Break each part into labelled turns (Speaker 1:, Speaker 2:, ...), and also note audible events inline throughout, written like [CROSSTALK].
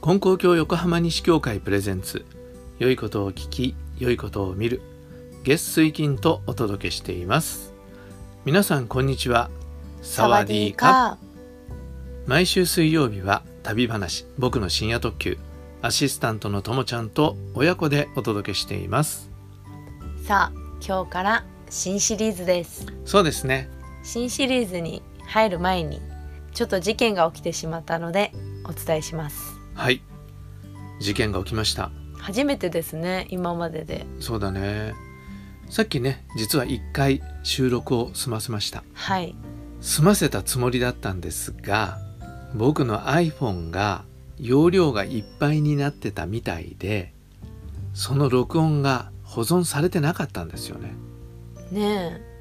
Speaker 1: 金光教横浜西教会プレゼンツ良いことを聞き良いことを見る月水金とお届けしています皆さんこんにちはサワディーカ毎週水曜日は旅話僕の深夜特急アシスタントのともちゃんと親子でお届けしています
Speaker 2: さあ今日から新シリーズです
Speaker 1: そうですね
Speaker 2: 新シリーズに入る前にちょっと事件が起きてしまったのでお伝えします
Speaker 1: はい事件が起きました
Speaker 2: 初めてですね今までで
Speaker 1: そうだねさっきね実は一回収録を済ませました
Speaker 2: はい
Speaker 1: 済ませたつもりだったんですが僕の iPhone が容量がいっぱいになってたみたいでその録音が保存されてなかったんですよね
Speaker 2: ねえ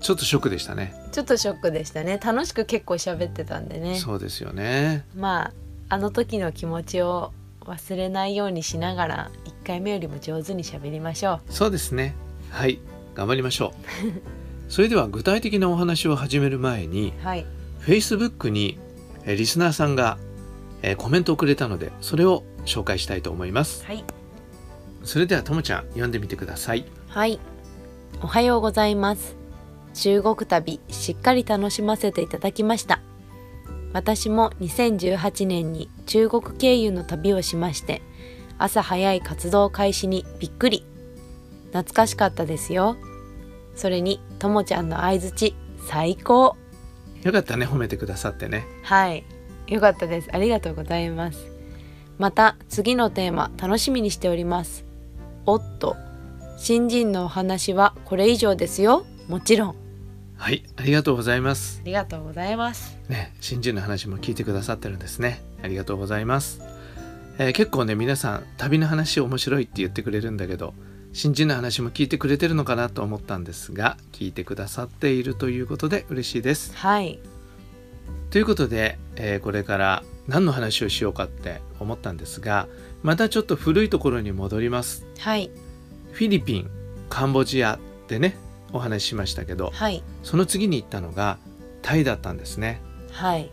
Speaker 1: ちょっとショックでしたね
Speaker 2: ちょっとショックでしたね楽しく結構喋ってたんでね
Speaker 1: そうですよね
Speaker 2: まああの時の気持ちを忘れないようにしながら1回目よりも上手に喋りましょう
Speaker 1: そうですねはい頑張りましょうそれでは具体的なお話を始める前に
Speaker 2: はい
Speaker 1: Facebook にえーリスナーさんがえーコメントをくれたのでそれを紹介したいと思います
Speaker 2: はい
Speaker 1: それではともちゃん読んでみてください
Speaker 2: はい。おはようございます。中国旅、しっかり楽しませていただきました。私も2018年に中国経由の旅をしまして、朝早い活動開始にびっくり。懐かしかったですよ。それに、ともちゃんの相づち、最高。
Speaker 1: よかったね褒めてくださってね
Speaker 2: はい。よかったです。ありがとうございます。また、次のテーマ、楽しみにしております。おっと、新人のお話はこれ以上ですよ。もちろん。あ
Speaker 1: はいありがとうございます
Speaker 2: りがとうございます。
Speaker 1: ね新人の話も聞いてくださってるんですねありがとうございます、えー結構ね皆さん旅の話面白いって言ってくれるんだけど新人の話も聞いてくれてるのかなと思ったんですが聞いてくださっているということで嬉しいです
Speaker 2: はい。
Speaker 1: ということで、えーこれから何の話をしようかって思ったんですがまたちょっと古いところに戻ります
Speaker 2: はい。
Speaker 1: フィリピンカンボジアでねお話ししましたけど
Speaker 2: はい。
Speaker 1: その次に行ったのがタイだったんですね
Speaker 2: はい。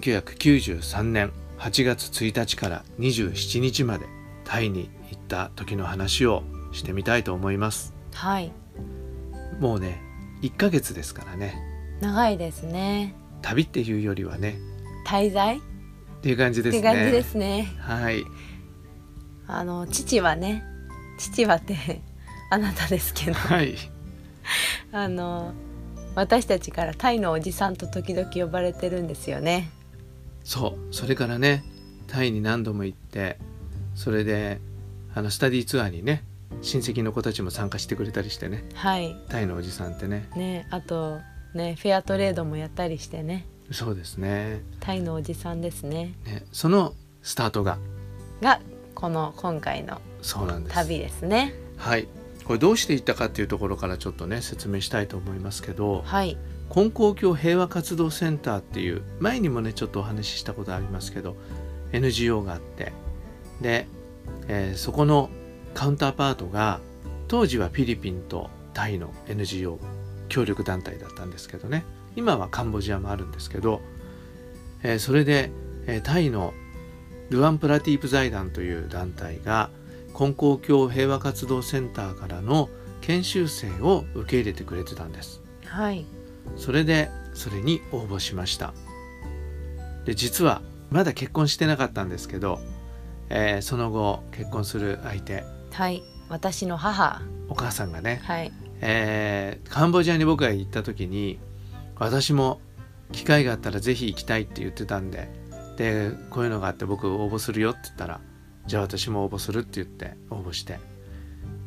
Speaker 1: 1993年8月1日から27日までタイに行った時の話をしてみたいと思います
Speaker 2: はい。
Speaker 1: もうね1ヶ月ですからね
Speaker 2: 長いですね。
Speaker 1: 旅っていうよりはね
Speaker 2: 滞在、
Speaker 1: っていう感じ
Speaker 2: っ
Speaker 1: です
Speaker 2: て
Speaker 1: ね
Speaker 2: 感じですね。
Speaker 1: はい
Speaker 2: あの、父はね、父はって、 [LAUGHS] あなたで
Speaker 1: [LAUGHS]
Speaker 2: すけど、
Speaker 1: はい
Speaker 2: あの、私たちからタイのおじさんと時々呼ばれてるんですよね。
Speaker 1: そうそれからねタイに何度も行ってそれであのスタディツアーにね親戚の子たちも参加してくれたりしてね
Speaker 2: はい。
Speaker 1: タイのおじさんってね
Speaker 2: ねあとねフェアトレードもやったりしてね
Speaker 1: そうですね
Speaker 2: タイのおじさんですね
Speaker 1: ねそのスタートが
Speaker 2: がこの今回の
Speaker 1: そうなんです
Speaker 2: 旅ですね
Speaker 1: はいこれどうして行ったかっていうところからちょっとね説明したいと思いますけど
Speaker 2: はい
Speaker 1: 金光教平和活動センターっていう前にもねちょっとお話ししたことありますけど NGO があってで、えーそこのカウンターパートが当時はフィリピンとタイの NGO 協力団体だったんですけどね今はカンボジアもあるんですけど、えーそれで、えータイのルアンプラティープ財団という団体が金光教平和活動センターからの研修生を受け入れてくれてたんです。
Speaker 2: はい
Speaker 1: それでそれに応募しましたで実はまだ結婚してなかったんですけど、えーその後結婚する相手
Speaker 2: はい私の母
Speaker 1: お母さんがね、
Speaker 2: はい
Speaker 1: えーカンボジアに僕が行った時に私も機会があったらぜひ行きたいって言ってたんででこういうのがあって僕応募するよって言ったらじゃあ私も応募するって言って応募して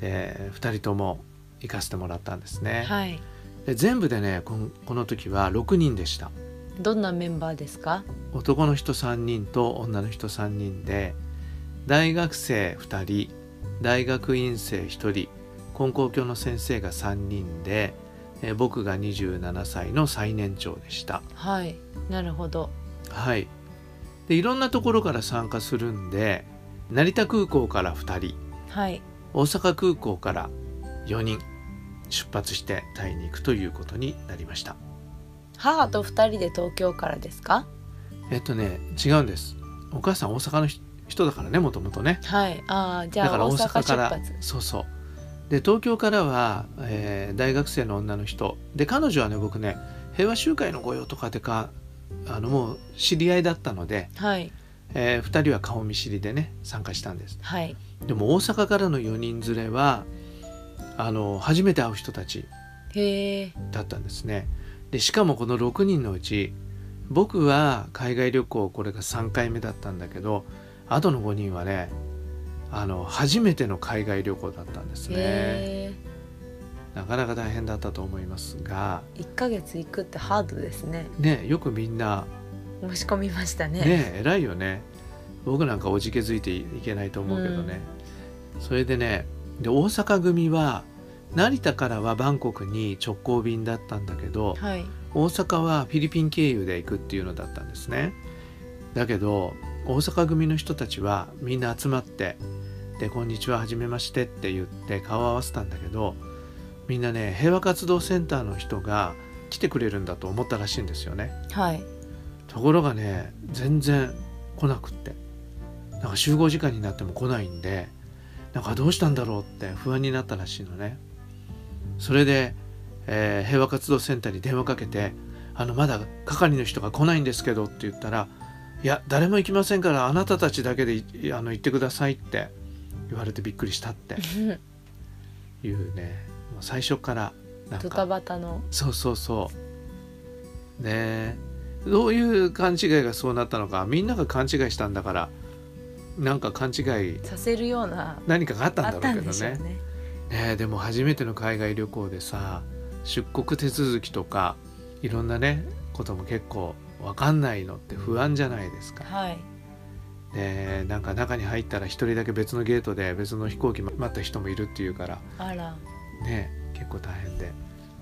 Speaker 1: で2人とも行かせてもらったんですね、
Speaker 2: はい
Speaker 1: で全部でねこんこの時は6人でした
Speaker 2: どんなメンバーですか
Speaker 1: 男の人3人と女の人3人で大学生2人大学院生1人根高教の先生が3人で、えー僕が27歳の最年長でした
Speaker 2: はいなるほど
Speaker 1: はいでいろんなところから参加するんで成田空港から2人
Speaker 2: はい
Speaker 1: 大阪空港から4人出発してタイに行くということになりました
Speaker 2: 母と二人で東京からですか
Speaker 1: えっとね違うんですお母さん大阪の人人だからねもともとね
Speaker 2: はいああじ
Speaker 1: だ
Speaker 2: ゃ
Speaker 1: か
Speaker 2: あ
Speaker 1: ら
Speaker 2: 大
Speaker 1: 大
Speaker 2: 阪
Speaker 1: 阪
Speaker 2: 出
Speaker 1: から
Speaker 2: 発
Speaker 1: そうそうで東京からは、えー大学生の女の人で彼女はね僕ね平和集会の御用とかでかあのもう知り合いだったので、
Speaker 2: はい
Speaker 1: え2人は顔見知りでね参加したんです
Speaker 2: はい
Speaker 1: でも大阪からの4人連れはあの初めて会う人たち
Speaker 2: へえ
Speaker 1: だったんですねでしかもこの6人のうち僕は海外旅行これが3回目だったんだけどあとの5人はねあの初めての海外旅行だったんですね
Speaker 2: へ
Speaker 1: なかなか大変だったと思いますが
Speaker 2: え1ヶ月行くってハードですね
Speaker 1: ねよくみんな
Speaker 2: 申し込みましたね
Speaker 1: ね偉いよね僕なんかおじけづいていけないと思うけどね、それでねで大阪組は成田からはバンコクに直行便だったんだけど、
Speaker 2: はい
Speaker 1: 大阪はフィリピン経由で行くっていうのだったんですねだけど大阪組の人たちはみんな集まって「でこんにちははじめまして」って言って顔を合わせたんだけどみんなね平和活動センターの人が来てくれるんだと思ったらしいんですよね
Speaker 2: はい
Speaker 1: ところがね全然来なくってなんか集合時間になっても来ないんでなんかどうしたんだろうって不安になったらしいのねそれで、えー平和活動センターに電話かけて「あのまだ係の人が来ないんですけど」って言ったら「いや誰も行きませんからあなたたちだけでいあの行ってください」って言われてびっくりしたっていうねもう最初からなん
Speaker 2: ド
Speaker 1: か
Speaker 2: タバタの
Speaker 1: そうそうそうねえどういう勘違いがそうなったのかみんなが勘違いしたんだからなんか勘違い
Speaker 2: させるような
Speaker 1: 何かがあった
Speaker 2: あ
Speaker 1: ん
Speaker 2: っ
Speaker 1: だ
Speaker 2: た
Speaker 1: ろうんけ
Speaker 2: で
Speaker 1: ど
Speaker 2: しょう
Speaker 1: ね
Speaker 2: ね
Speaker 1: ねえでも初めての海外旅行でさ出国手続きとかいろんなねことも結構わかんないのって不安じゃないですか。ね
Speaker 2: はい
Speaker 1: えなんか中に入ったら一人だけ別のゲートで別の飛行機待った人もいるっていうから
Speaker 2: あら
Speaker 1: ね結構大変で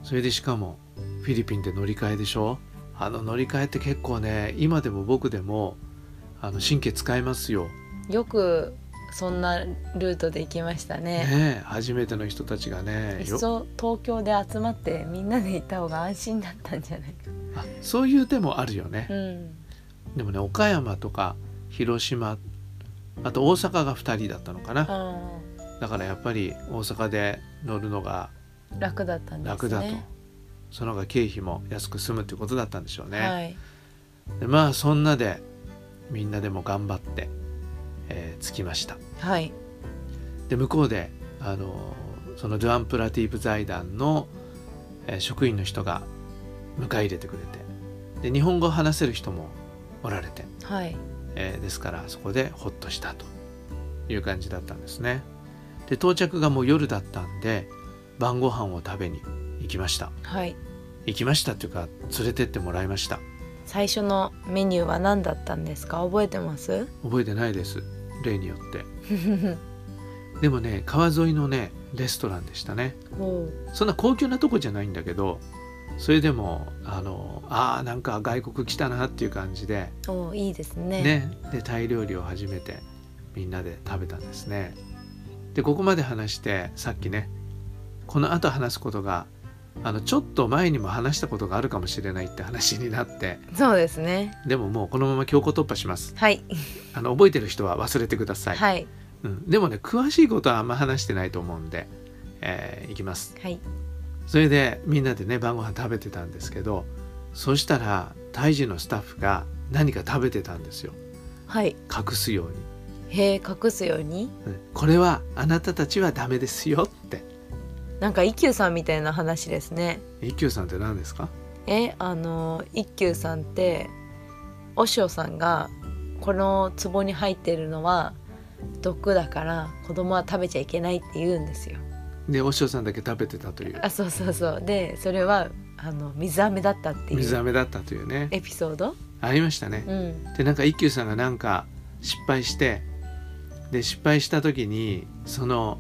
Speaker 1: それでしかもフィリピンで乗り換えでしょあの乗り換えって結構ね今でも僕でもあの神経使いますよ、
Speaker 2: よくそんなルートで行きましたね
Speaker 1: ねえ、初めての人たちがね
Speaker 2: いっ
Speaker 1: よ
Speaker 2: そ東京で集まってみんなで行った方が安心だったんじゃないか
Speaker 1: あそういう手もあるよね
Speaker 2: うん
Speaker 1: でもね岡山とか広島あと大阪が2人だったのかな
Speaker 2: あ
Speaker 1: だからやっぱり大阪で乗るのが
Speaker 2: ー楽だったんですね
Speaker 1: 楽だと、その方が経費も安く済むってことだったんでしょうね、
Speaker 2: はい
Speaker 1: でまあそんなでみんなでも頑張って、えー着きました
Speaker 2: はい
Speaker 1: で向こうであのーそのドゥアンプラティーブ財団の、えー職員の人が迎え入れてくれてで日本語を話せる人もおられて、
Speaker 2: はい
Speaker 1: えーですからそこでホッとしたという感じだったんですねで到着がもう夜だったんで晩ご飯を食べに行きました
Speaker 2: はい
Speaker 1: 行きましたというか連れてってもらいました
Speaker 2: 最初のメニューは何だったんですか覚えてます
Speaker 1: [LAUGHS] 覚えてないです例によってでもね川沿いのねレストランでしたね
Speaker 2: おう
Speaker 1: そんな高級なとこじゃないんだけどそれでもあのあーなんか外国来たなっていう感じで
Speaker 2: おういいですね
Speaker 1: ねでタイ料理を初めてみんなで食べたんですねでここまで話してさっきねこの後話すことがあのちょっと前にも話したことがあるかもしれないって話になって
Speaker 2: そうですね
Speaker 1: でももうこのまま強行突破します
Speaker 2: はい
Speaker 1: あの覚えてる人は忘れてください、
Speaker 2: はい
Speaker 1: うん、でもね詳しいことはあんま話してないと思うんで、えーいきます
Speaker 2: はい
Speaker 1: それでみんなでね晩ご飯食べてたんですけどそしたらタイ人のスタッフが何か食べてたんですよ
Speaker 2: はい
Speaker 1: 隠すように
Speaker 2: へえ隠すように
Speaker 1: うん「これはあなたたちはダメですよ」って
Speaker 2: なんか一休さんみたいな話ですね
Speaker 1: 一休さんって何ですか
Speaker 2: えあの一休さんってお師匠さんがこの壺に入ってるのは毒だから子供は食べちゃいけないって言うんですよ
Speaker 1: でお師匠さんだけ食べてたという
Speaker 2: あそうそうそうでそれはあの水飴だったってい
Speaker 1: 水
Speaker 2: う
Speaker 1: 飴だったというね
Speaker 2: エピソード
Speaker 1: ありましたね
Speaker 2: うん
Speaker 1: でなんか一休さんがなんか失敗してで失敗した時にその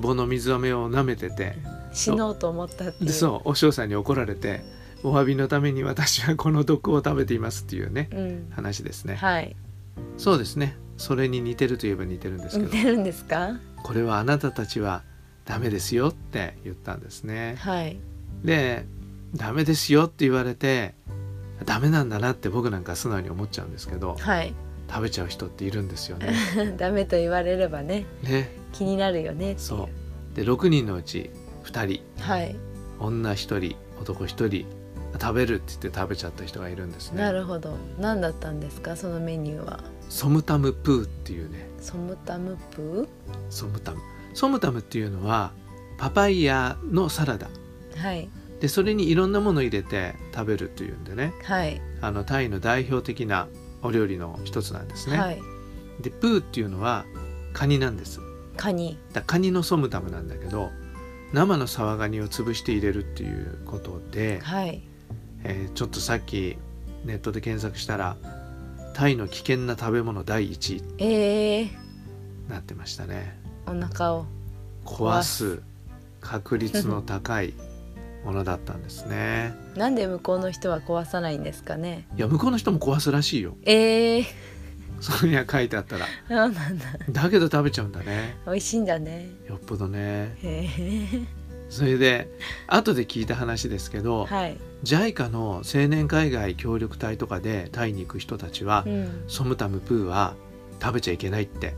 Speaker 1: 壺の水飴を舐めてて
Speaker 2: 死のうと思ったってい
Speaker 1: で
Speaker 2: う
Speaker 1: そうお師匠さんに怒られて「お詫びのために私はこの毒を食べています」っていうね
Speaker 2: う、ん、
Speaker 1: 話ですね、
Speaker 2: はい
Speaker 1: そうですねそれに似てるといえば似てるんですけ
Speaker 2: 似
Speaker 1: ど
Speaker 2: てるんですか
Speaker 1: これはあなたたちはダメですよって言ったんですね
Speaker 2: はい
Speaker 1: でダメですよって言われてダメなんだなって僕なんか素直に思っちゃうんですけど
Speaker 2: はい [LAUGHS]
Speaker 1: 食べちゃう人っているんですよね。
Speaker 2: ダメと言われればね
Speaker 1: ね
Speaker 2: 気になるよねってい
Speaker 1: そうで6人のうち2人
Speaker 2: はい、
Speaker 1: 女1人男1人食べるって言って食べちゃった人がいるんですね。
Speaker 2: なるほど何だったんですかそのメニューは
Speaker 1: ソムタムプーっていうね
Speaker 2: ソムタムプ
Speaker 1: ソムタムソムタムっていうのはパパイヤのサラダ
Speaker 2: ーはい
Speaker 1: でそれにいろんなものを入れて食べるというんでね
Speaker 2: はい、
Speaker 1: あのタイの代表的なお料理の一つなんですね、
Speaker 2: はい
Speaker 1: でプーっていうのはカニなんですだか
Speaker 2: カニ
Speaker 1: らカニのソムタムなんだけど生のサワガニを潰して入れるっていうことで、
Speaker 2: はい
Speaker 1: えーちょっとさっきネットで検索したらタイの危険な食べ物第1位に
Speaker 2: えー、
Speaker 1: なってましたね
Speaker 2: お腹を
Speaker 1: 壊す確率の高いものだったんですね
Speaker 2: なんで向こうの人は壊さないんですかね
Speaker 1: いや向こうの人も壊すらしいよ
Speaker 2: えー、 [LAUGHS]
Speaker 1: それには書いてあったら
Speaker 2: そうなんだ
Speaker 1: だけど食べちゃうんだね
Speaker 2: 美味しいんだね
Speaker 1: よっぽどね
Speaker 2: へえ
Speaker 1: それで後で聞いた話ですけど、
Speaker 2: はい、
Speaker 1: JICA の青年海外協力隊とかでタイに行く人たちは、
Speaker 2: うん、
Speaker 1: ソムタムプーは食べちゃいけないって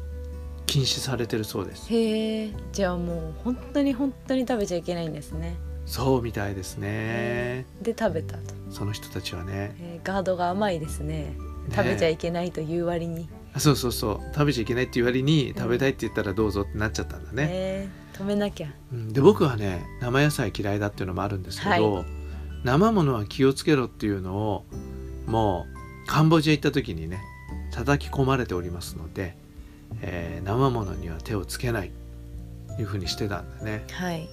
Speaker 1: 禁止されてるそうです
Speaker 2: へえじゃあもう本当に本当に食べちゃいけないんですね
Speaker 1: そうみたいですね
Speaker 2: で食べたと、
Speaker 1: その人たちはね
Speaker 2: えーガードが甘いですね
Speaker 1: ね
Speaker 2: 食べちゃいけないという割に
Speaker 1: そうそうそう食べちゃいけないって言われに
Speaker 2: ん
Speaker 1: 食べたいって言ったらどうぞってなっちゃったんだね、
Speaker 2: えー止めなきゃ
Speaker 1: うんで僕はね生野菜嫌いだっていうのもあるんですけど、
Speaker 2: は
Speaker 1: 生ものは気をつけろっていうのをもうカンボジア行った時にね叩き込まれておりますので、えー生ものには手をつけないいうふうにしてたんだね
Speaker 2: はい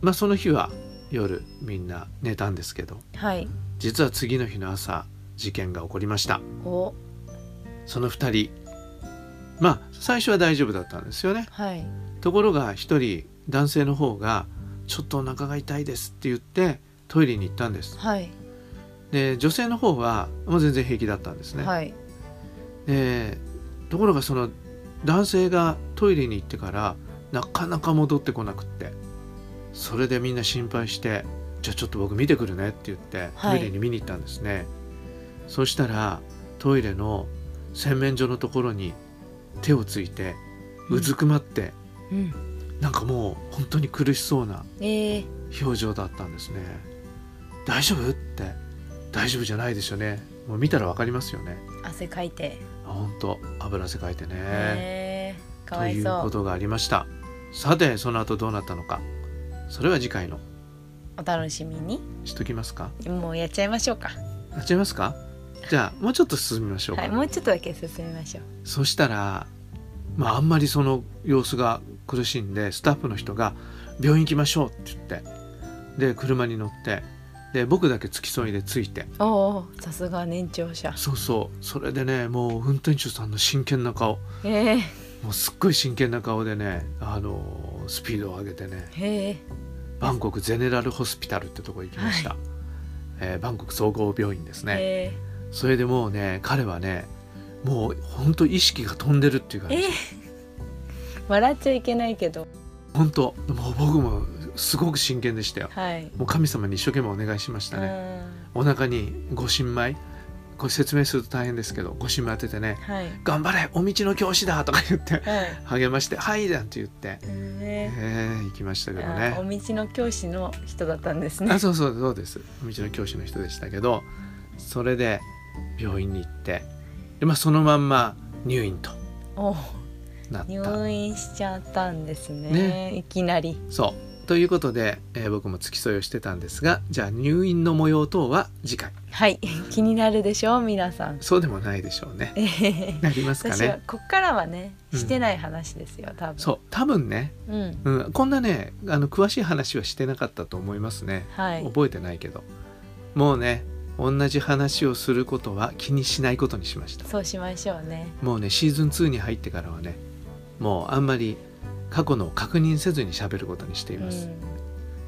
Speaker 1: まあその日は夜みんな寝たんですけど
Speaker 2: はい
Speaker 1: 実は次の日の朝事件が起こりました
Speaker 2: お
Speaker 1: その2人まあ最初は大丈夫だったんですよね
Speaker 2: はい
Speaker 1: ところが一人男性の方が「ちょっとお腹が痛いです」って言ってトイレに行ったんです
Speaker 2: はい、
Speaker 1: で女性の方はもう全然平気だったんですね、
Speaker 2: はい
Speaker 1: でところがその男性がトイレに行ってからなかなか戻ってこなくってそれでみんな心配して「じゃあちょっと僕見てくるね」って言って
Speaker 2: は
Speaker 1: ト
Speaker 2: い
Speaker 1: イレに見に行ったんですね、そしたらトイレの洗面所のところに手をついてうずくまって、
Speaker 2: うん
Speaker 1: なんかもう本当に苦しそうな
Speaker 2: えー、
Speaker 1: 表情だったんですね大丈夫って大丈夫じゃないですよねもう見たらわかりますよね
Speaker 2: 汗かいて
Speaker 1: あ本当油汗かいてね、
Speaker 2: えー、か
Speaker 1: と
Speaker 2: わい
Speaker 1: いう
Speaker 2: そ
Speaker 1: こ
Speaker 2: う
Speaker 1: とがありましたさてその後どうなったのかそれは次回の
Speaker 2: お楽しみに
Speaker 1: しときますか
Speaker 2: もうやっちゃいましょうか
Speaker 1: やっちゃいますかじゃあもうちょっと進みましょうか、
Speaker 2: はいもうちょっとだけ進みましょう
Speaker 1: そしたらまああんまりその様子が苦しいんでスタッフの人が「病院行きましょう」って言ってで車に乗ってで僕だけ付き添いでついて
Speaker 2: おおさすが年長者
Speaker 1: そうそうそれでねもう運転手さんの真剣な顔
Speaker 2: え
Speaker 1: もうすっごい真剣な顔でねあのースピードを上げてね
Speaker 2: ー、へえ
Speaker 1: バンコクゼネラルホスピタルってとこ行きました、えーバンコク総合病院ですね、
Speaker 2: え
Speaker 1: それでもうね彼はねもうほんと意識が飛んでるっていうか、
Speaker 2: ー、えー、笑っちゃいけないけど
Speaker 1: ほんともう僕もすごく真剣でしたよ
Speaker 2: はい
Speaker 1: もう神様に一生懸命お願いしましたね
Speaker 2: うん
Speaker 1: お腹にご新米これ説明すると大変ですけどご新米当ててね
Speaker 2: はい
Speaker 1: 「頑張れお道の教師だ!」とか言って
Speaker 2: はい
Speaker 1: 励まして「はい」なんて言って、え
Speaker 2: えー
Speaker 1: ー、行きましたけど
Speaker 2: あ
Speaker 1: ね
Speaker 2: お道の教師の人だったんですね
Speaker 1: あそうそうそうですお道の教師の人でしたけどそれで病院に行ってで、まあ、そのまんま入院と
Speaker 2: おー
Speaker 1: なった
Speaker 2: 入院しちゃったんですね
Speaker 1: ね
Speaker 2: いきなり
Speaker 1: そうということで、えー僕も付き添いをしてたんですがじゃあ入院の模様等は次回
Speaker 2: はい [LAUGHS] 気になるでしょう皆さん、
Speaker 1: そうでもないでしょうね
Speaker 2: えー、
Speaker 1: なりますか
Speaker 2: 私は
Speaker 1: ね
Speaker 2: こっからはね
Speaker 1: うん
Speaker 2: してない話ですよ、多分
Speaker 1: そう多分ね、
Speaker 2: う、ん、
Speaker 1: うん、こんなねあの詳しい話はしてなかったと思いますね
Speaker 2: はい
Speaker 1: 覚えてないけどもうね同じ話をすることは気にしないことにしました
Speaker 2: そうしましょうね
Speaker 1: もうねシーズン2に入ってからはねもうあんまり過去のを確認せずに喋ることにしています、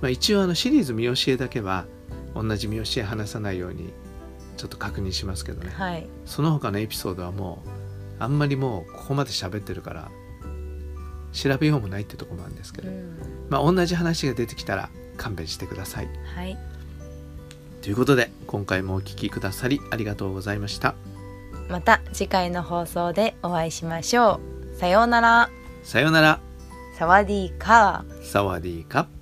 Speaker 1: まあ、一応あのシリーズ「見教え」だけは同じ見教え話さないようにちょっと確認しますけど
Speaker 2: うん、
Speaker 1: ね
Speaker 2: はい
Speaker 1: その他のエピソードはもうあんまりもうここまで喋ってるから調べようもないってとこもあるんですけ
Speaker 2: う
Speaker 1: ど、
Speaker 2: ん、
Speaker 1: まあ、同じ話が出てきたら勘弁してください
Speaker 2: はい
Speaker 1: ということで今回もお聞きくださりありがとうございました
Speaker 2: また次回の放送でお会いしましょう。さようなら。
Speaker 1: さよなら
Speaker 2: サワディーカー。
Speaker 1: サワディーカップ